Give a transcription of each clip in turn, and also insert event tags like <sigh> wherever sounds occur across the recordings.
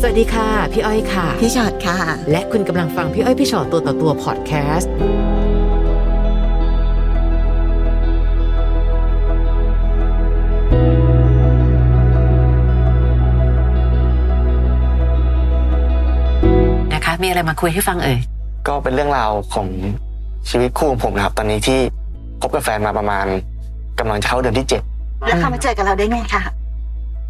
สวัสดีค่ะ พี่อ้อยค่ะ พี่ชอดค่ะ และคุณกำลังฟังพี่อ้อยพี่ชอตตัวต่อตัวพอดแคสต์นะคะมีอะไรมาคุยให้ฟังเอ่ย ก็เป็นเรื่องราวของชีวิตคู่ของผมนะครับ ตอนนี้ที่คบกับแฟนมาประมาณกำลังจะเข้าเดือนที่เจ็ด แล้วเขามาเจอกับเราได้ไงคะ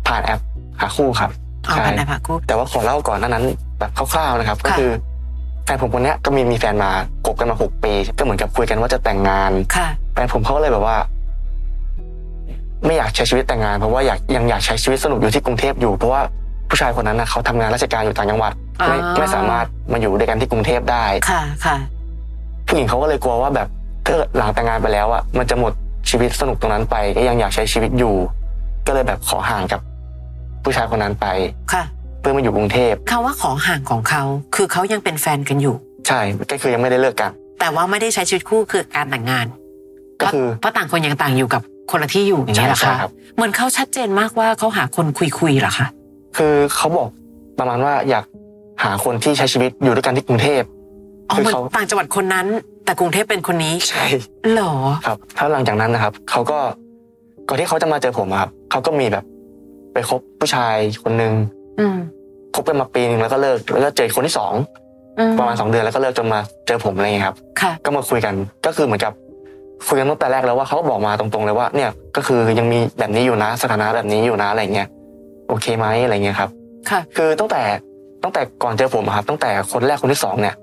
ผ่านแอปหาคู่ครับ เอา ใช่ พันธุ์ผักกู แต่ว่าขอเล่าก่อนหน้านั้นแบบคร่าวๆนะครับ ก็ ค่ะ คือแฟนผมคนเนี้ยก็มีมีแฟนมาคบกันมาหกปี ก็เหมือนกับคุยกันว่าจะแต่งงาน ค่ะ แฟนผมเขาก็เลยแบบว่า ไม่อยากใช้ชีวิตแต่งงานเพราะว่าอยากยังอยากใช้ชีวิตสนุกอยู่ที่กรุงเทพอยู่เพราะว่าผู้ชายคนนั้นนะเขาทำงานราชการอยู่ต่างจังหวัดไม่ อ๋อ ไม่สามารถมาอยู่ด้วยกันที่กรุงเทพได้ ค่ะค่ะ ผู้หญิงเขาก็เลยกลัวว่าแบบถ้าเกิดหลังแต่งงานไปแล้วอ่ะมันจะหมดชีวิตสนุกตรงนั้นไป ก็ยังอยากใช้ชีวิตอยู่ ก็เลยแบบขอห่างกับผู้ชายคนนั้นไป ค่ะ เพื่อมาอยู่กรุงเทพ คำว่าขอห่างของเขา คือเขายังเป็นแฟนกันอยู่ ใช่ก็คือยังไม่ได้เลิกกัน แต่ว่าไม่ได้ใช้ชีวิตคู่คือการแต่งงาน ก็คือ เพราะเพราะต่างคนยังต่างอยู่กับคนละที่อยู่อย่าง ใช่ เงี้ยเหรอ ใช่ คะ ครับ เหมือนเขาชัดเจนมากว่าเขาหาคนคุยคุยๆเหรอคะ คือเขาบอกประมาณว่าอยากหาคนที่ใช้ชีวิตอยู่ด้วยกันที่กรุงเทพ อ๋อ คือ เหมือน เขา ต่างจังหวัดคนนั้น แต่กรุงเทพเป็นคนนี้ ใช่ เหรอ ครับแล้วหลังจากนั้นนะครับเขาก็ก่อนที่เขาจะมาเจอผมอะครับเขาก็มีแบบไปคบผู้ชายคนหนึ่ง อืม คบกันมาปีหนึงแล้วก็เลิกแล้วก็เจอคนที่สอง อืม ประมาณสองเดือนแล้วก็เลิกจนมาเจอผมอะไรอย่างเงี้ยครับ ค่ะ ก็มาคุยกันก็คือเหมือนกับคุยกันตั้งแต่แรกแล้วว่าเขาก็บอกมาตรงๆเลยว่าเนี่ยก็คือยังมีแบบนี้อยู่นะสถานะแบบนี้อยู่นะอะไรเงี้ยโอเคไหมอะไรเงี้ยครับ ค่ะ คือตั้งแต่ตั้งแต่ก่อนเจอผมอะครับตั้งแต่คนแรกคนที่สองเนี่ย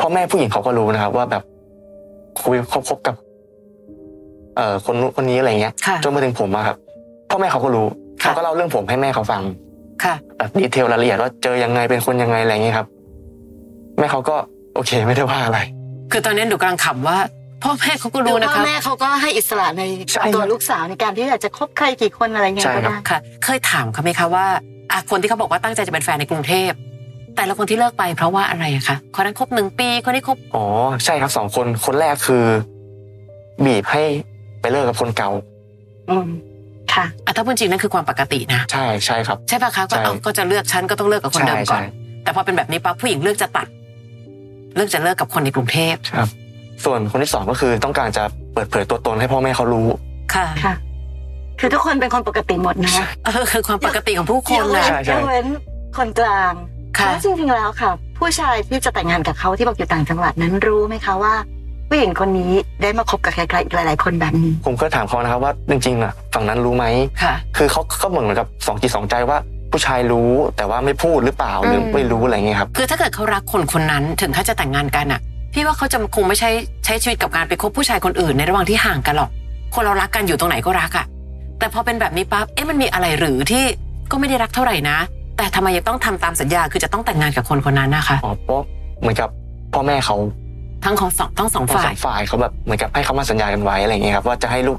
พ่อแม่ผู้หญิงเขาก็รู้นะครับ ว่าแบบคุยคบคบกับ เอ่อคนนู้นคนนี้อะไรเงี้ย ค่ะ จนมาถึงผมอะครับ พ่อแม่เขาก็รู้เขาก็เล่าเรื่องผมให้แม่เขาฟัง ค่ะ แบบดีเทลรายละเอียดว่าเจอยังไงเป็นคนยังไงอะไรเงี้ยครับ แม่เขาก็โอเคไม่ได้ว่าอะไร คือตอนนี้หนูกำลังขำว่า พ่อแม่เขาก็ ดู รู้นะ พ่อ คะ แม่เขาก็ให้อิสระใน ใช่ครับ ตัวลูกสาวในการที่อยากจะคบใครกี่คนอะไรเงี้ย ใช่ ก็ ครับ ได้ ค่ะ เคยถามเขาไหมคะว่าอ่ะคนที่เขาบอกว่าตั้งใจจะเป็นแฟนในกรุงเทพแต่ละคนที่เลิกไปเพราะว่าอะไรอะคะคนนั้นคบหนึ่งปีคนนี้คบ อ๋อใช่ครับสองคนคนแรกคือ บีบให้ไปเลิกกับคนเก่า อืมค่ะ อ่ะถ้าพูดจริงนั่นคือความปกตินะ ใช่ใช่ครับ ใช่ปะคะก็ ใช่ เอาก็จะเลือกฉันก็ต้องเลิกกับคน ใช่ เดิมก่อ ใช่ น แต่พอเป็นแบบนี้ปั๊บผู้หญิงเลือกจะตัด เลือกจะเลิกกับคนในกรุงเทพ ครับ ส่วนคนที่สองก็คือต้องการจะเปิดเผยตัวตนให้พ่อแม่เขารู้ ค่ะ ค่ะ คือทุกคนเป็นคนปกติหมดนะ เออคือความปกติของผู้คนนะ ใช่ใช่ ยกเว้นคนกลาง ค่ะ แล้วจริงๆแล้วค่ะ ผู้ชายที่จะแต่งงานกับเขาที่บอกอยู่ต่างจังหวัดนั้นรู้ไหมคะว่า ผู้หญิงคนนี้ได้มาคบกับใครๆอีกหลาย ๆ คนแบบนี้ ผมก็ถามเขานะครับว่าจริงๆอ่ะฝั่งนั้นรู้ไหม ค่ะ คือเขาก็เหมือนกับสองจิตสองใจว่า ผู้ชายรู้แต่ว่าไม่พูดหรือเปล่าหรืออ ม ไม่รู้อะไรเงี้ยครับ คือถ้าเกิดเขารักคนคนนั้นถึงถ้าจะแต่งงานกันอ่ะ พี่ว่าเขาจะคงไม่ใช่ใช้ชีวิตกับการไปคบผู้ชายคนอื่นในระหว่างที่ห่างกันหรอก คนเรารักกันอยู่ตรงไหนก็รักอ่ะ แต่พอเป็นแบบนี้ปั๊บเอ๊ะมันมีอะไรหรือที่ก็ไม่ได้รักเท่าไหร่นะ แต่ทำไมยังต้องทำตามสัญญาคือจะต้องแต่งงานกับคนคนนั้นนะคะ อ๋อเพราะเหมือนกับพ่อแม่เขา ทั้งของสองทั้งสอง ทั้ง ฝ่า สอย งฝ่ายเขาแบบเหมือนกับให้เขามาสัญญากันไว้อะไรเงี้ยครับว่าจะให้ลูก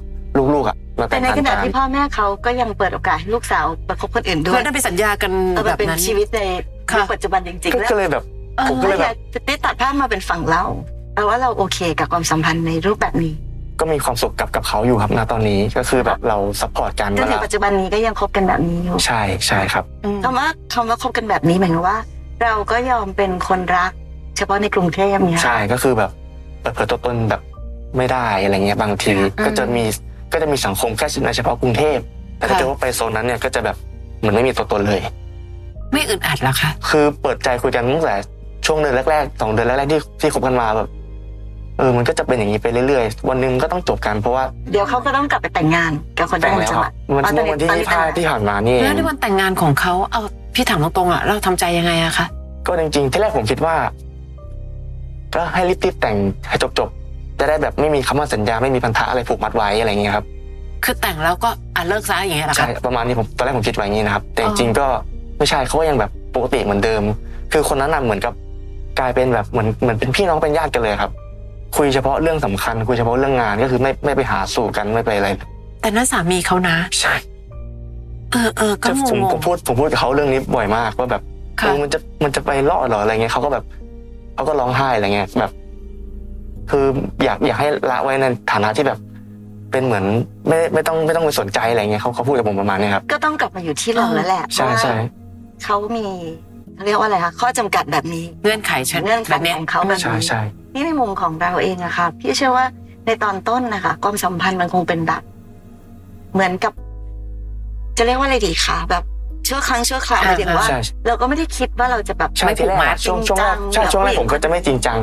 ลูกๆอ่ะมา แต่ เป็น ในขทาง ณะ การ ที่พ่อแม่เขาก็ยังเปิดโอกาสให้ลูกสาวมาคบคนอื่นด้ เพื่ ว อย นได้ไปสัญญากัน เอา แบ มา บ เป็น นั้น ชีวิตใน ค่ะ ปัจจุบันจริงๆแล้ว ก็เลยแบบ ผมก็เลยแบอบออยาได้ตัดภาพมาเป็นฝั่งเราแปลว่าเราโอเคกับความสัมพันธ์ในรูปแบบนี้ ก็มีความสุขกับกับเขาอยู่ครับณตอนนี้ก็คือแบบเราซัพพอร์ตกัน จนถึเวลาง ปัจจุบันนี้ก็ยังคบกันแบบนี้อยู่ ใช่ใช่ครับ อืม คำว่าคำว่าคบกันแบบนี้หมายถึงว่า เราก็ยอมเป็นคนรัก เฉพาะในกรุงเทพเนี่ย ใช่ก็คือแบบเปิดเผยตัวตนแบบไม่ได้อะไรเงี้ยบางที ก็จะมีก็จะมีสังคมแค่ในเฉพาะกรุงเทพแต่ถ้า ค่ะ เกิดว่าไปโซนนั้นเนี่ยก็จะแบบเหมือนไม่มีตัวตนเลย ไม่อึดอัดเหรอคะ คือเปิดใจคุยกันตั้งแต่ช่วงเดือนแรกๆสองเดือนแรกๆที่ที่คบกันมาแบบเออมันก็จะเป็นอย่างนี้ไปเรื่อยๆ วันหนึงก็ต้องจบกันเพราะว่า เดี๋ยวเขาก็ต้องกลับไปแต่งงานกับคน แต่ง ต่าง แล้ว จัง ค ห รั วั บ ด วันที่ อ๋อแต่ วันตอนนี้ที่ยี่ห้า แต่ง ที่ผ่านมานี่เอ แล้ว ง ในวันแต่งงานของเขาเอาพี่ถามตรงๆอ่ะเราทำใจยังไงอะคะ ก็จริงๆ ที่แรกผมคิดว่า ก็ให้รีบๆแต่งให้จบๆ จะได้แบบไม่มีคำว่าสัญญาไม่มีพันธะอะไรผูกมัดไว้อะไรอย่างเงี้ยครับ คือแต่งแล้วก็อ่ะเลิกซะอย่างเงี้ยเหรอ ใช่ คะ ประมาณนี้ผมตอนแรกผมคิดไว้อย่างงี้นะครับ แต่ อ๋อจริงๆก็ไม่ใช่เขาก็ยังแบบปกติเหมือนเดิม คือคนนั้นน่ะเหมือนกับกลายเป็นแบบเหมือนเหมือนเป็นพี่น้องเป็นญาติกันเลยครับ คุยเฉพาะเรื่องสำคัญ คุยเฉพาะเรื่องงานก็คือไม่ไม่ไปหาสู่กันไม่ไปอะไร แต่นั่นสามีเขานะ ใช่ เออเออก็งจะผม ง ผมพูดผมพูดกับเขาเรื่องนี้บ่อยมากว่าแบบ ๆค่ะ เออมันจะมันจะไปรอดเหรออะไรเงี้ยเขาก็แบบเขาก็ร้องไห้อะไรเงี้ยแบบ คืออยากอยากให้ละไว้ในฐานะที่แบบ เป็นเหมือนไม่ไม่ต้องไม่ต้องไปสนใจอะไรเงี้ยเขาเขาพูดกับผมประมาณเนี้ยครับ ก็ต้องกลับมาอยู่ที่เราแล้วแหละเพราะใช่ว่า ใช่ เขามี เรียกว่าอะไรคะข้อจำกัดแบบนี้ เงื่อนไขฉัน เงื่อนไข แบบเนี้ย ของเขาแบบ ใช่ นี้ ใช่ นี่ในมุมของเราเองอะค่ะพี่เชื่อว่าในตอนต้นนะคะความสัมพันธ์มันคงเป็นแบบ เหมือนกับ จะเรียกว่าอะไรดีคะแบบชั่วครั้งชั่วคราวหมายถึงว่า ใช่ เราก็ไม่ได้คิดว่าเราจะแบบ ใช่ที่แรกอะช่วงช่วงแรกใช่ช่วงแรกผมก็จะไม่จริงจัง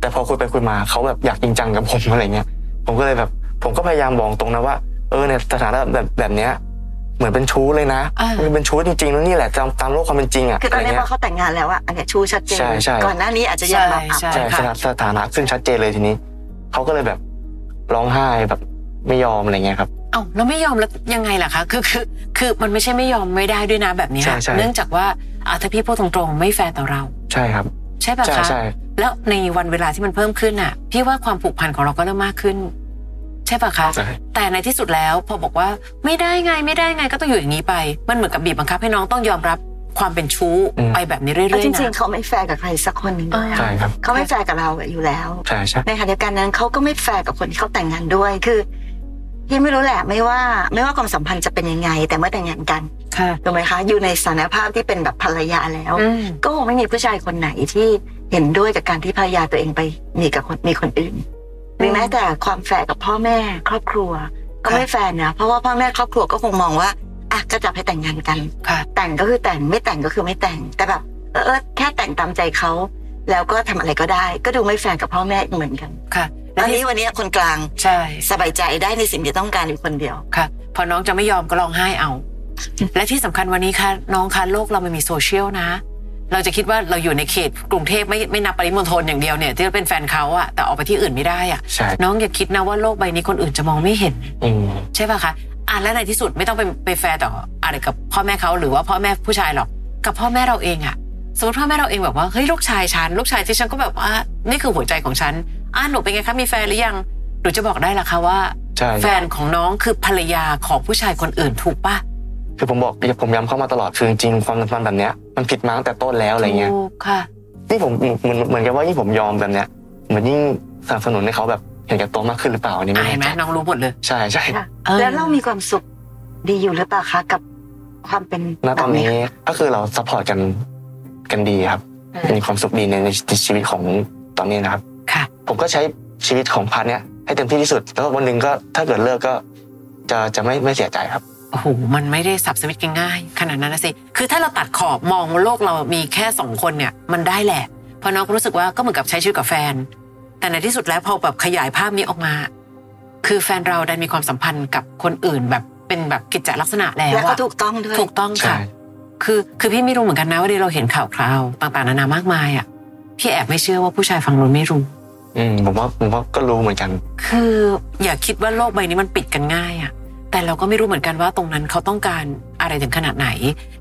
แต่พอคุยไปคุยมาเขาแบบอยากจริงจังกับผม อะไรเงี้ยผมก็เลยแบบ ผมก็พยายามบอกตรงนะว่าเออเนี่ยสถานะแบบแบบเนี้ยเหมือนเป็นชู้เลยนะ อ่า มันเป็นชู้จริงๆแล้วนี่แหละตามตามโลกความเป็นจริงคือตอะะ อน ไร นี้ เงี้ พ ย อเขาแต่งงานแล้วอะอันเนี้ยชูชัดเจน ใช่ใช่ ก่อนหน้านี้อาจจะยังแบบอ่ะ ใช่ ใช่สถานะสถานะขึ้นชัดเจนเลยทีนี้เขาก็เลยแบบร้องไห้แบบไม่ยอมอะไรเงี้ยครับ เอ้าแล้วไม่ยอมแล้วยังไงล่ะคะคือคือคือมันไม่ใช่ไม่ยอมไม่ได้ด้วยนะแบบเนี้ย ใช่ใช่ เนื่องจากว่าอ่ะถ้าพี่พูดตรงๆ ไม่แฟร์ต่อเรา ใช่ครับ ใช่ป่ะ ใช่ คะ ใช่ แล้วในวันเวลาที่มันเพิ่มขึ้นน่ะ พี่ว่าความผูกพันของเราก็เริ่มมากขึ้น ใช่ป่ะคะ ใช่ แต่ในที่สุดแล้วพอบอกว่าไม่ได้ไงไม่ได้ไงก็ต้องอยู่อย่างนี้ไป มันเหมือนกับบีบบังคับให้น้องต้องยอมรับความเป็นชู้ไปแบบนี้เรื่อยๆ แล้วจริง นะ ๆ เขาไม่แฟร์กับใครสักคนหนึ่ง เออ ใช่ครับ เขาไม่แฟร์กับเราอยู่แล้ว ใช่ใช่ ในขณะเดียวกันนั้นเขาก็ไม่แฟร์กับคนที่เขาแต่งงานด้วยคือพี่ไม่รู้แหละไม่ว่า ไม่ว่าความสัมพันธ์จะเป็นยังไง แต่เมื่อแต่งงานกัน ค่ะ ถูกไหมคะอยู่ในสถานภาพที่เป็นแบบภรรยาแล้ว อืม ก็คงไม่มีผู้ชายคนไหนที่เห็นด้วยกับการที่ภรรยาตัวเองไปมีกับคนมีคนอื่นหรือแม้แต่ความแฟร์กับพ่อแม่ ครอบครัว ก็ไม่แฟร์นะเพราะว่าพ่อแม่ครอบครัวก็คงมองว่าอ่ะก็จับให้แต่งงานกัน ค่ะ แต่งก็คือแต่งไม่แต่งก็คือไม่แต่ง แต่แบบเออเออแค่แต่งตามใจเขาแล้วก็ทำอะไรก็ได้ ก็ดูไม่แฟร์กับพ่อแม่เหมือนกัน ค่ะและ อัน ที่ นี้วันนี้คนกลาง ใช่ สบายใจได้ในสิ่งที่ต้องการอยู่คนเดียว ค่ะ พอน้องจะไม่ยอมก็ร้องไห้เอา และที่สำคัญวันนี้ค่ะ น้องคะโลกเรามันมีโซเชียลนะ เราจะคิดว่าเราอยู่ในเขตกรุงเทพไม่ไม่นับปริมณฑลอย่างเดียวเนี่ยที่เราเป็นแฟนเขาอะแต่ออกไปที่อื่นไม่ได้อะ ใช่ น้องอย่าคิดนะว่าโลกใบนี้คนอื่นจะมองไม่เห็น อืม ใช่ป่ะคะอ่ะแล้วในที่สุดไม่ต้องไปไปแฟร์ต่ออะไรกับพ่อแม่เขาหรือว่าพ่อแม่ผู้ชายหรอก กับพ่อแม่เราเองอะสมมติพ่อแม่เราเองแบบว่าเฮ้ยลูกชายฉันลูกชายที่ฉันก็แบบว่านี่คือหัวใจของฉันอ่ะหนูเป็นไงคะมีแฟนหรือยังหนูจะบอกได้ล่ะคะว่า ใช่ แฟนของน้องคือภรรยาของผู้ชายคนอื่นถูกป่ะ คือผมบอกผมย้ำเข้ามาตลอดคือจริงๆความสัมพันธ์แบบเนี้ยมันผิดมาตั้งแต่ต้นแล้วอะไรเงี้ย ถูกค่ะ นี่ผมเหมือนเหมือนกับว่ายิ่งผมยอมแบบเนี้ยเหมือนยิ่งสนับสนุนให้เขาแบบเห็นแก่ตัวมากขึ้นหรือเปล่าอันนี้ อ่ะ ไม่ เห็นไหม แน่ใจ น้องรู้หมดเลย ใช่ใช่ ออ แล้วเรามีความสุขดีอยู่หรือเปล่าคะกับความเป็น ณตอนนี้ แบบ ก็คือเราซัพพอร์ตกันกันดีครับ เออ มีความสุขดีในในชีวิตของตอนนี้นะครับ ค่ะ ผมก็ใช้ชีวิตของพันเนี้ยให้เต็มที่ที่สุดแล้ววันหนึ่งก็ถ้าเกิดเลิกก็จะจะไม่ไม่เสียใจครับ โอ้โห มันไม่ได้สับสวิตช์กันง่ายขนาดนั้นนะสิ คือถ้าเราตัดขอบมองว่าโลกเรามีแค่สองคนเนี่ย มันได้แหละ เพราะน้องก็รู้สึกว่าก็เหมือนกับใช้ชีวิตกับแฟน แต่ในที่สุดแล้วพอแบบขยายภาพนี้ออกมา คือแฟนเราได้มีความสัมพันธ์กับคนอื่นแบบเป็นแบบกิจลักษณะแล้ว แล้วก็ อะ ถูกต้องด้วย ถูกต้องค่ะ คือคือพี่ไม่รู้เหมือนกันนะว่าดีเราเห็นข่าวคราวต่างๆนานามากมายอ่ะ พี่แอบไม่เชื่อว่าผู้ชายฝั่งนู้นไม่รู้ อืมผมว่าผมว่าก็รู้เหมือนกัน คืออย่าคิดว่าโลกใบนี้มันปิดกันง่ายอะแต่เราก็ไม่รู้เหมือนกันว่าตรงนั้นเขาต้องการอะไรถึงขนาดไหน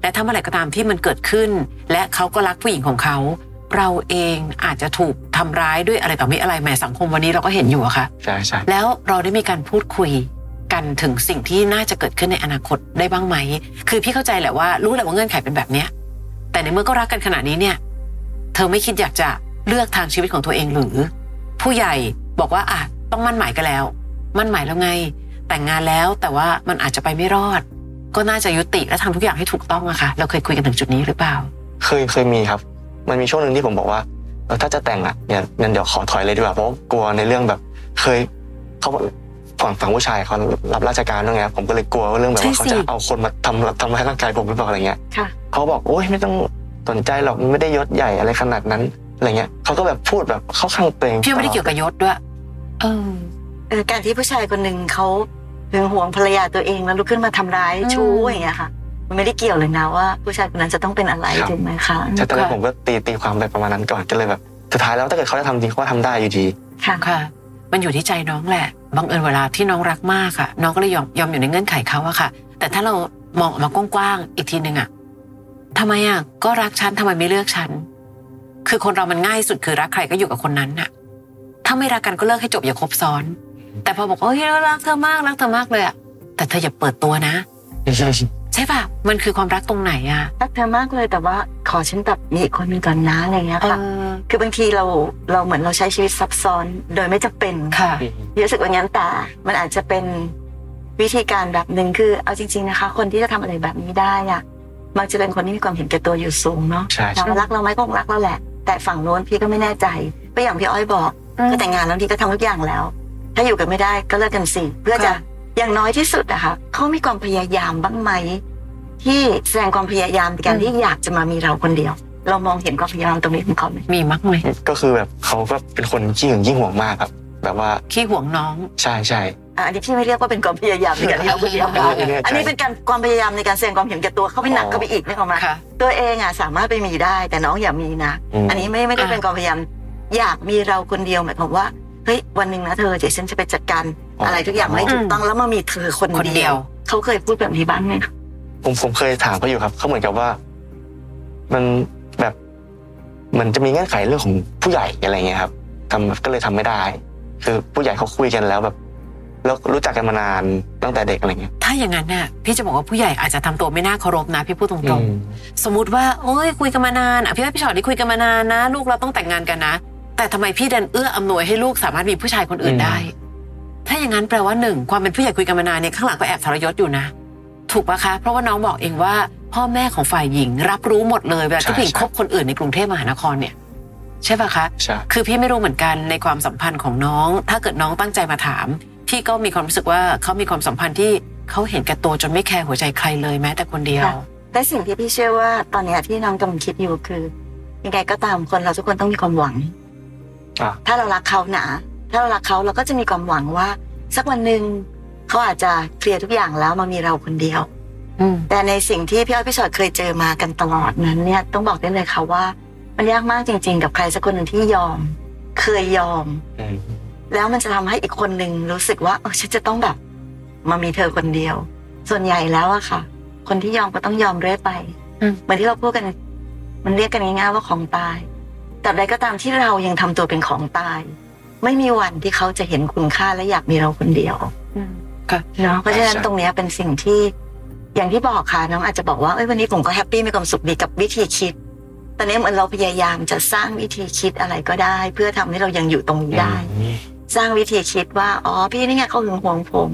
และถ้าเมื่อไหร่ก็ตามที่มันเกิดขึ้น และเขาก็รักผู้หญิงของเขา เราเองอาจจะถูกทำร้ายด้วยอะไรต่อมีอะไรแหมสังคมวันนี้เราก็เห็นอยู่อะค่ะ ใช่ใช่ แล้วเราได้มีการพูดคุยกันถึงสิ่งที่น่าจะเกิดขึ้นในอนาคตได้บ้างไหม คือพี่เข้าใจแหละว่ารู้แหละว่าเงื่อนไขเป็นแบบเนี้ย แต่ในเมื่อก็รักกันขนาดนี้เนี่ย เธอไม่คิดอยากจะเลือกทางชีวิตของตัวเองหรือ ผู้ใหญ่บอกว่าอ่ะต้องมั่นหมายกันแล้ว มั่นหมายแล้วไง แต่งงานแล้วแต่ว่ามันอาจจะไปไม่รอด ก็น่าจะยุติและทำทุกอย่างให้ถูกต้องอะค่ะ เราเคยคุยกันถึงจุดนี้หรือเปล่า เคยเคยมีครับ มันมีช่วงหนึ่งที่ผมบอกว่าเออถ้าจะแต่งอ่ะเนี่ยงั้นเดี๋ยวขอถอยเลยดีกว่าเพราะกลัวในเรื่องแบบ เคยเขาฝั่งฝั่งผู้ชายเขารับราชการด้วยไงครับผมก็เลยกลัวว่าเรื่องแบบว่า ใช่ เขา สิ จะเอาคนมาทำทำร้ายร่างกายผมหรือเปล่าอะไรเงี้ย ค่ะ เขาบอกโอ๊ยไม่ต้องสนใจหรอกมันไม่ได้ยศใหญ่อะไรขนาดนั้นอะไรเงี้ยเขาก็แบบพูดแบบเข้าข้างตัวเอง พี่ไม่ได้เกี่ยวกับยศด้วยเออ เออการที่ผู้ชายคนหนึ่งเขาหึงหวงภรรยาตัวเองแล้วลุกขึ้นมาทำร้าย อืม ชู้อย่างเงี้ยค่ะ มันไม่ได้เกี่ยวเลยนะว่า ผู้ชายคนนั้นจะต้องเป็นอะไรถูกไหมคะ ใช่ตอนแรกผมก็ตีตีความไปประมาณนั้นก่อนก็เลยแบบสุดท้ายแล้วถ้าเกิดเขาจะทำจริงเขาก็ทำได้อยู่ดี ค่ะ ค่ะ มันอยู่ที่ใจน้องแหละ บังเอิญเวลาที่น้องรักมากอะน้องก็เลยยอมยอมอยู่ในเงื่อนไขเขาอะค่ะ แต่ถ้าเรามองออกมากว้างๆ อีกทีหนึ่งอะทำไมอะก็รักฉันทำไมไม่เลือกฉัน คือคนเรามันง่ายสุดคือรักใครก็อยู่กับคนนั้นน่ะ ถ้าไม่รักกันก็เลิกให้จบอย่าคบซ้อน แต่พอบอกว่าเฮ้ยรักเธอมากรักเธอมากเลยอะแต่เธออย่าเปิดตัวนะ ใช่ป่ะ มันคือความรักตรงไหนอะ รักเธอมากเลยแต่ว่าขอฉันแบบมีอีกคนหนึงก่อนนะอะไรเงี้ย เอ ค่ะ อ คือบางทีเราเราเหมือนเราใช้ชีวิตซับซ้อน โดยไม่จำเป็น ค่ะ รู้สึกว่างั้นแต่มันอาจจะเป็นวิธีการแบบหนึ่งคือเอาจริง ๆนะคะ คนที่จะทำอะไรแบบนี้ได้อะ มักจะเป็นคนที่มีความเห็นแก่ตัวอยู่สูงเนาะ ใช่ ถาม ใช่ ว่ารักเราไหมก็คงรักเราแหละ แต่ฝั่งโน้นพี่ก็ไม่แน่ใจก็อย่างพี่อ้อยบอก อืม ก็แต่งงานแล้วพี่ก็ทำทุกอย่างแล้ว ถ้าอยู่กันไม่ได้ก็เลิกกันสิเพื่อจะ ค่ะ อย่างน้อยที่สุดอะค่ะเขามีความพยายามบ้างไหมที่แสดงความพยายามในการที่อยากจะมามีเราคนเดียว เรามองเห็นความพยายามตรงนี้ของเขาไหม มีมักไหม ก็คือแบบเขาก็เป็นคนขี้หึงขี้ห่วงมากครับ แบบว่า ขี้ห่วงน้อง ใช่ใช่ อ่ะอันนี้พี่ไม่เรียกว่าเป็นความพยายามในการที่เอาคนเดียว อ่า ได้ ไม่แน่ใจ อันนี้เป็นการความพยายามในการแสดงความเห็นแก่ตัวเข้าไปหนักเข้าไปอีกนึกออกไหม ค่ะ ตัวเองอ่ะสามารถไปมีได้แต่น้องอย่ามีนะ ม อันนี้ไม่ไม่ได้ อ่า เป็นความพยายามอยากมีเราคนเดียวหมายความว่าเฮ้ยวันหนึ่งนะเธอเดี๋ยวฉันจะไปจัดการอะไรทุกอย่างให้ถูกต้องแล้วมามีเธอคน คน เดี เดี ย ยว ว เขาเคยพูดแบบนี้บ้างไหมคะ ผมผมเคยถามเขาอยู่ครับเขาเหมือนกับว่า มันแบบเหมือนจะมีเงื่อนไขเรื่องของผู้ใหญ่อะไรเงี้ยครับทำก็เลยทำไม่ได้ คือผู้ใหญ่เขาคุยกันแล้วแบบ แล้วรู้จักกันมานานตั้งแต่เด็กอะไรเงี้ย ถ้าอย่างนั้นน่ะพี่จะบอกว่าผู้ใหญ่อาจจะทำตัวไม่น่าเคารพนะพี่พูดตรง อืม ๆ สมมติว่า โอ้ยคุยกันมานานอ่ะพี่ว่าพี่ชอตนี่คุยกันมานานนะ ลูกเราต้องแต่งงานกันนะ แต่ทำไมพี่ดันเอื้ออำนวยให้ลูกสามารถมีผู้ชายคนอื่น อืม ได้ ถ้าอย่างนั้นแปลว่าหนึ่งความเป็นผู้ใหญ่คุยกันมานานเนี่ยข้างหลังก็แอบทรยศอยู่นะ ถูกปะคะ เพราะว่าน้องบอกเองว่า พ่อแม่ของฝ่ายหญิง รับรู้หมดเลยเวลาที่ผู้หญิงคบคนอื่นในกรุงเทพมหานครเนี่ย ใช่ปะคะ ใช่ คือพี่ไม่รู้เหมือนกันในความสัมพันธ์ของน้อง ถ้าเกิดน้องตั้งใจมาถาม พี่ก็มีความรู้สึกว่าเขามีความสัมพันธ์ที่เขาเห็นแก่ตัวจนไม่แคร์หัวใจใครเลยแม้แต่คนเดียว และสิ่งที่พี่เชื่อว่าตอนเนี้ยที่น้องกำลังคิดอยู่คือยังไงก็ตามคนเราทุกคนต้องมีความหวัง อ่ะ ถ้าเรารักเขานะถ้าเรารักเขาเราก็จะมีความหวังว่า สักวันหนึ่งเขาอาจจะเคลียร์ทุกอย่างแล้วมามีเราคนเดียว อืม แต่ในสิ่งที่พี่อ้อยพี่ชอตเคยเจอมากันตลอดนั้นเนี่ยต้องบอกได้เลยค่ะว่า มันยากมากจริง ๆ กับใครสักคนหนึ่งที่ยอม เคยยอม อืม แล้วมันจะทำให้อีกคนหนึ่งรู้สึกว่าเออฉันจะต้องแบบ มามีเธอคนเดียว ส่วนใหญ่แล้วอะค่ะ คนที่ยอมก็ต้องยอมเรื่อยไป อืม เหมือนที่เราพูดกัน มันเรียกกันง่ายๆว่าของตายแต่ใดก็ตามที่เรายังทำตัวเป็นของตาย ไม่มีวันที่เขาจะเห็นคุณค่าและอยากมีเราคนเดียว ค่ะ เนาะเพราะฉะนั้น ใช่ ตรงเนี้ยเป็นสิ่งที่ อย่างที่บอกค่ะน้องอาจจะบอกว่าเอ้ยวันนี้ผมก็แฮปปี้มีความสุขดีกับวิธีคิดตอนนี้เหมือนเราพยายามจะสร้างวิธีคิดอะไรก็ได้ เพื่อทำให้เรายังอยู่ตรงนี้ได้ สร้างวิธีคิดว่า อ๋อ พี่นี่ไงเขาหึงหวงผม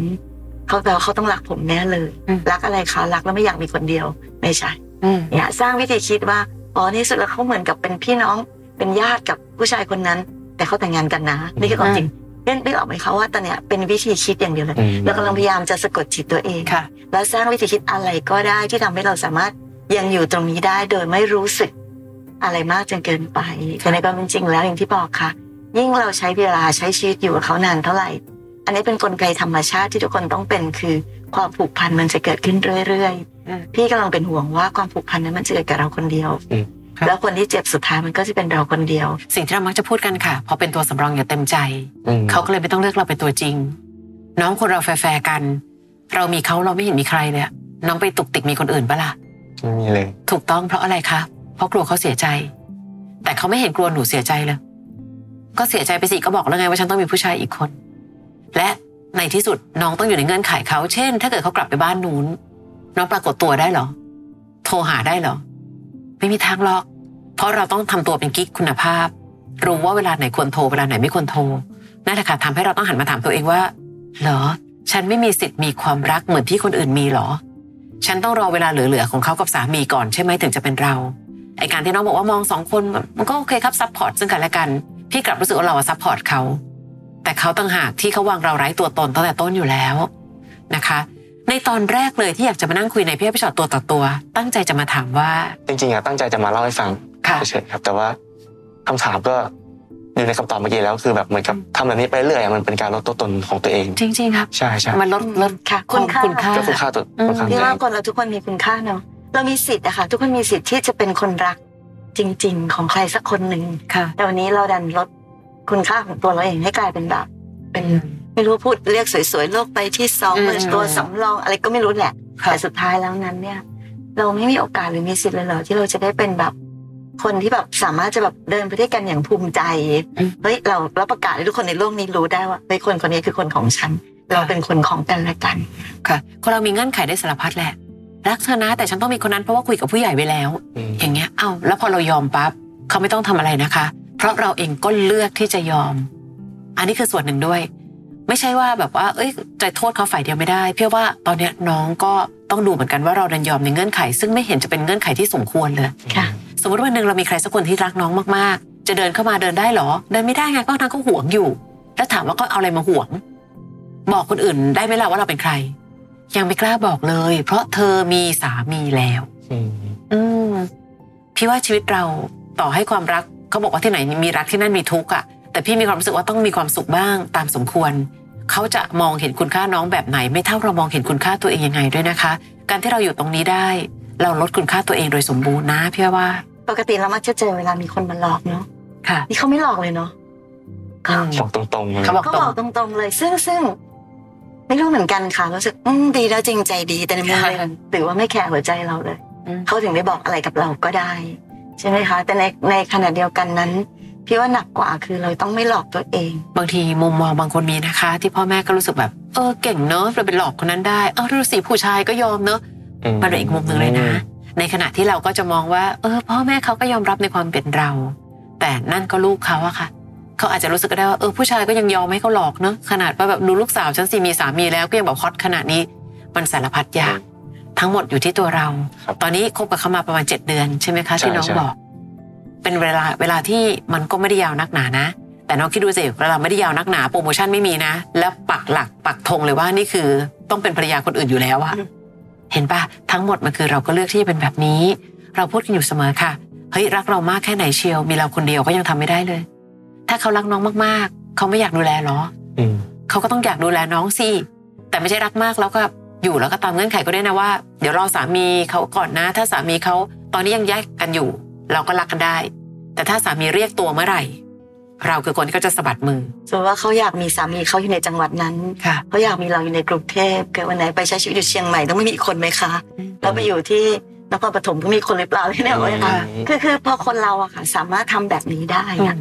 เขาแปลว่าเขาต้องรักผมแน่เลย อืม รักอะไรคะ รักแล้วไม่อยากมีคนเดียว ไม่ใช่ อืม เนี่ย สร้างวิธีคิดว่า อ๋อ ในที่สุดแล้วเขาเหมือนกับเป็นพี่น้อง เป็นญาติกับผู้ชายคนนั้น แต่เขาแต่งงานกันนะ นี่คือความจริงเล่นนึกออกไหมคะว่าตอนเนี้ยเป็นวิธีคิดอย่างเดียวเลย อืม เรากำลังพยายามจะสะกดจิตตัวเอง ค่ะ แล้วสร้างวิธีคิดอะไรก็ได้ที่ทำให้เราสามารถยังอยู่ตรงนี้ได้โดยไม่รู้สึกอะไรมากจนเกินไปแต่ในความเป็นจริงแล้วอย่างที่บอกค่ะ ยิ่งเราใช้เวลาใช้ชีวิตอยู่กับเขานานเท่าไหร่ อันนี้เป็นนกลไกธรรมชาติที่ทุกคนต้องเป็นคือความผูกพันมันจะเกิดขึ้นเรื่อย อืม ๆพี่กำลังเป็นห่วงว่าความผูกพันนั้นมันจะเกิดกับเราคนเดียว ครับ แล้วคนที่เจ็บสุดท้ายมันก็จะเป็นเราคนเดียว สิ่งที่เรามักจะพูดกันค่ะ พอเป็นตัวสำรองอย่าเต็มใจ อืม เขาก็เลยไม่ต้องเลือกเราเป็นตัวจริง น้องคนเราแฟร์ๆกัน เรามีเขาเราไม่เห็นมีใครเลยอะน้องไปตุกติกมีคนอื่นปะล่ะ ไม่มีเลย ถูกต้องเพราะอะไรคะ เพราะกลัวเขาเสียใจ แต่เขาไม่เห็นกลัวหนูเสียใจเลย ก็เสียใจไปสิก็บอกแล้วไงว่าฉันต้องมีผู้ชายอีกคน และในที่สุดน้องต้องอยู่ในเงื่อนไขเขา เช่น ถ้าเกิดเขากลับไปบ้านนู้น น้องปรากฏตัวได้เหรอ โทรหาได้เหรอ ไม่มีทางหรอก เพราะเราต้องทำตัวเป็นกิ๊กคุณภาพ รู้ว่าเวลาไหนควรโทรเวลาไหนไม่ควรโทร นั่นแหละค่ะทำให้เราต้องหันมาถามตัวเองว่า เหรอ ฉันไม่มีสิทธิ์มีความรักเหมือนที่คนอื่นมีเหรอ ฉันต้องรอเวลาเหลือๆของเขากับสามีก่อนใช่ไหมถึงจะเป็นเรา ไอการที่น้องบอกว่ามองสองคนมันก็โอเคครับซัพพอร์ตซึ่งกันและกัน พี่กลับรู้สึกว่าเราซัพพอร์ตเขา แต่เขาต่างหากที่เขาวางเราไร้ตัวตนตั้งแต่ต้นอยู่แล้วนะคะ ในตอนแรกเลยที่อยากจะมานั่งคุยในพี่อ้อยพี่ชอตตัวต่อตัว ตั้งใจจะมาถามว่า จริงๆอะตั้งใจจะมาเล่าให้ฟัง ค่ะ เฉยๆครับ แต่ว่าคำถามก็อยู่ในคำตอบเมื่อกี้แล้วคือแบบเหมือนกับทำแบบนี้ไปเรื่อยอะมันเป็นการลดตัวตนของตัวเอง จริง ๆ ครับ ใช่ใช่ มันลดลด ค่ะ วาม คุ คุณ ณ ค่า ค่า ก็คุณค่าตัว อืม คุณค่าตัว พี่ เอ ว่าง คนเราทุกคนมีคุณค่าเนาะเรามีสิทธิ์อะค่ะทุกคนมีสิทธิ์ที่จะเป็นคนรักจริง ๆ ของใครสักคนหนึ่ง ค่ะ แต่วันนี้เราดันลดคุณค่าของตัวเราเองให้กลายเป็นแบบ เป็นไม่รู้พูดเรียกสวยๆโลกไปที่สอง อืม เหมือนตัวสำรองอะไรก็ไม่รู้แหละ ค่ะ แต่สุดท้ายแล้วนั้นเนี่ย เราไม่มีโอกาสหรือมีสิทธิ์เลยเหรอที่เราจะได้เป็นแบบ คนที่แบบสามารถจะแบบเดินไปด้วยกันอย่างภูมิใจ อืม เฮ้ยเราเราประกาศให้ทุกคนในโลกนี้รู้ได้ว่าเฮ้ยคนคนนี้คือคนของฉัน เราเป็นคนของกันและกัน ค่ะคนเรามีเงื่อนไขได้สารพัดแหละรักเธอนะ แต่ฉันต้องมีคนนั้นเพราะว่าคุยกับผู้ใหญ่ไปแล้ว อืม อย่างเงี้ย เอ้า แล้วพอเรายอมปั๊บเขาไม่ต้องทำอะไรนะคะ เพราะเราเองก็เลือกที่จะยอม อันนี้คือส่วนหนึ่งด้วย ไม่ใช่ว่าแบบว่า เอ้ยจะโทษเขาฝ่ายเดียวไม่ได้ เพียงว่าตอนเนี้ยน้องก็ต้องดูเหมือนกันว่าเราดันยอมในเงื่อนไข ซึ่งไม่เห็นจะเป็นเงื่อนไขที่สมควรเลย ค่ะ สมมติวันหนึ่งเรามีใครสักคนที่รักน้องมากๆ จะเดินเข้ามาเดินได้เหรอ เดินไม่ได้ไงก็นางก็ห่วงอยู่ แล้วถามว่าก็เอาอะไรมาห่วง บอกคนอื่นได้ไหมล่ะว่าเราเป็นใคร ยังไม่กล้าบอกเลย เพราะเธอมีสามีแล้ว อืม อืมพี่ว่าชีวิตเราต่อให้ความรักเขาบอกว่าที่ไหนมีรักที่นั่นมีทุกข์อะแต่พี่มีความรู้สึกว่าต้องมีความสุขบ้างตามสมควร เขาจะมองเห็นคุณค่าน้องแบบไหน ไม่เท่าเรามองเห็นคุณค่าตัวเองยังไงด้วยนะคะ การที่เราอยู่ตรงนี้ได้ เราลดคุณค่าตัวเองโดยสมบูรณ์นะพี่ว่า ปกติเรามักจะเจอเวลามีคนมาหลอกเนาะ ค่ะ นี่เขาไม่หลอกเลยเนาะ อืม บอกตรงๆเลย เขาบอก เขาบอกตรงๆเลย ซึ่งซึ่งไม่รู้เหมือนกันค่ะรู้สึกอืมดีแล้วจริงใจดีแต่ในมุมหนึงถือว่าไม่แคร์หัวใจเราเลย อืม เขาถึงได้บอกอะไรกับเราก็ได้ ใช่ไหมคะ แต่ในในขณะเดียวกันนั้น พี่ว่าหนักกว่าคือเราต้องไม่หลอกตัวเอง บางทีมุมมองบางคนมีนะคะ ที่พ่อแม่ก็รู้สึกแบบเออเก่งเนอะเราไปหลอกคนนั้นได้เออรู้สิผู้ชายก็ยอมเนอะ อื มันเป็นอีกมุมหนึ่งเลยนะ ในขณะที่เราก็จะมองว่า เออ พ่อแม่เขาก็ยอมรับในความเป็นเรา แต่นั่นก็ลูกเขาอะค่ะ เขาอาจจะรู้สึกก็ได้ว่าเออผู้ชายก็ยังยอมให้เขาหลอกเนอะขนาดว่าแบบดูลูกสาวฉันสิมีสามีแล้วก็ยังแบบฮอตขนาดนี้ มันสารพัดอยากทั้งหมดอยู่ที่ตัวเรา ครับ ตอนนี้คบกับเขามาประมาณ 7 เดือนใช่ไหมคะที่น้อง ใช่ บอก เป็นเวลาเวลาที่มันก็ไม่ได้ยาวนักหนานะ แต่น้องคิดดูสิเวลาไม่ได้ยาวนักหนาโปรโมชั่นไม่มีนะ แล้วปักหลักปักธงเลยว่านี่คือ ต้องเป็นภรรยาคนอื่นอยู่แล้วอะ อืม เห็นปะทั้งหมดมันคือเราก็เลือกที่จะเป็นแบบนี้ เราพูดกันอยู่เสมอค่ะเฮ้ยรักเรามากแค่ไหนเชียว มีเราคนเดียวก็ยังทำไม่ได้เลย ถ้าเขารักน้องมากๆ เขาไม่อยากดูแลเหรอ อืม เขาก็ต้องอยากดูแลน้องสิ แต่ไม่ใช่รักมากแล้วก็อยู่แล้วก็ตามเงื่อนไขก็ได้นะว่า เดี๋ยวรอสามีเขาก่อนนะ ถ้าสามีเขาตอนนี้ยังแยกกันอยู่ เราก็รักกันได้ แต่ถ้าสามีเรียกตัวเมื่อไหร่ เราคือคนที่ก็จะสะบัดมือ สมมติว่าเขาอยากมีสามีเขาอยู่ในจังหวัดนั้น ค่ะ เขาอยากมีเราอยู่ในกรุงเทพเกิดวันไหนไปใช้ชีวิตอยู่เชียงใหม่ต้องไม่มีอีกคนไหมคะ อืม แล้วไปอยู่ที่นครปฐมก็มีคนหรือเปล่าที่เนี่ย อืม ค่ะ <laughs> คือคือพอคนเราอะค่ะสามารถทำแบบนี้ได้อะ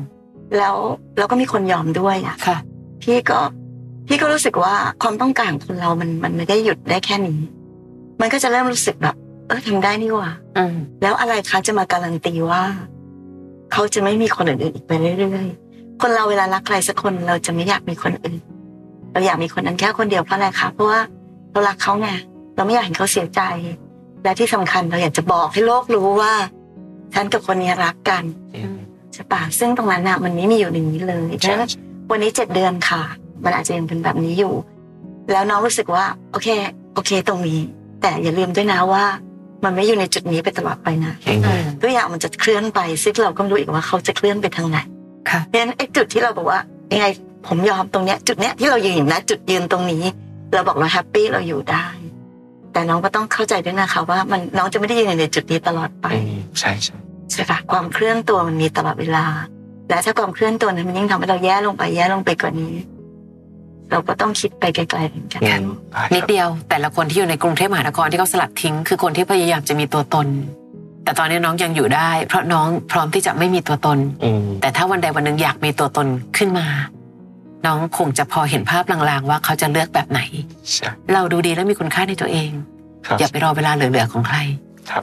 แล้วแล้วก็มีคนยอมด้วยอะ ค่ะ พี่ก็พี่ก็รู้สึกว่าความต้องการของคนเรามันมันไม่ได้หยุดได้แค่นี้ มันก็จะเริ่มรู้สึกแบบเออทำได้นี่หว่า อืม แล้วอะไรคะจะมาการันตีว่า เขาจะไม่มีคนอื่นๆอีกไปเรื่อยๆ คนเราเวลารักใครสักคนเราจะไม่อยากมีคนอื่น เราอยากมีคนนั้นแค่คนเดียวเพราะอะไรคะเพราะว่าเรารักเขาไงเราไม่อยากเห็นเขาเสียใจ และที่สำคัญเราอยากจะบอกให้โลกรู้ว่า ฉันกับคนนี้รักกัน อืม ใช่ปะซึ่งตรงนั้นน่ะมันไม่มีอยู่ในนี้เลยเพราะฉะนั้น วันนี้เจ็ดเดือนค่ะ มันอาจจะยังเป็นแบบนี้อยู่ แล้วน้องรู้สึกว่า โอเค โอเคตรงนี้ แต่อย่าลืมด้วยนะว่า มันไม่อยู่ในจุดนี้ไปตลอดไปนะ อืม อืม ตัวอย่างมันจะเคลื่อนไปซึ่งเราก็ไม่รู้อีกว่าเขาจะเคลื่อนไปทางไหน ค่ะ เพราะฉะนั้นไอ้จุดที่เราบอกว่ายังไงผมยอมตรงเนี้ย จุดเนี้ยที่เรายืนอยู่นะจุดยืนตรงนี้ เราบอกเราแฮปปี้เราอยู่ได้ แต่น้องก็ต้องเข้าใจด้วยนะคะว่ามันน้องจะไม่ได้ยืนอยู่ในจุดนี้ตลอดไป อืมใช่ใช่ ใช่ปะความเคลื่อนตัวมันมีตลอดเวลา และถ้าความเคลื่อนตัวนั้นมันยิ่งทำให้เราแย่ลงไปแย่ลงไปกว่านี้ เราก็ต้องคิดไปไกลๆเหมือนกัน อืมได้ นิด ครับ เดียวแต่ละคนที่อยู่ในกรุงเทพมหานครที่เขาสลัดทิ้ง คือคนที่พยายามจะมีตัวตน แต่ตอนนี้น้องยังอยู่ได้ เพราะน้องพร้อมที่จะไม่มีตัวตน อืม แต่ถ้าวันใดวันหนึ่งอยากมีตัวตนขึ้นมา น้องคงจะพอเห็นภาพลางๆ ว่าเขาจะเลือกแบบไหน ใช่ เราดูดีและมีคุณค่าในตัวเอง ครับ อย่าไปรอเวลาเหลือๆของใคร ครับ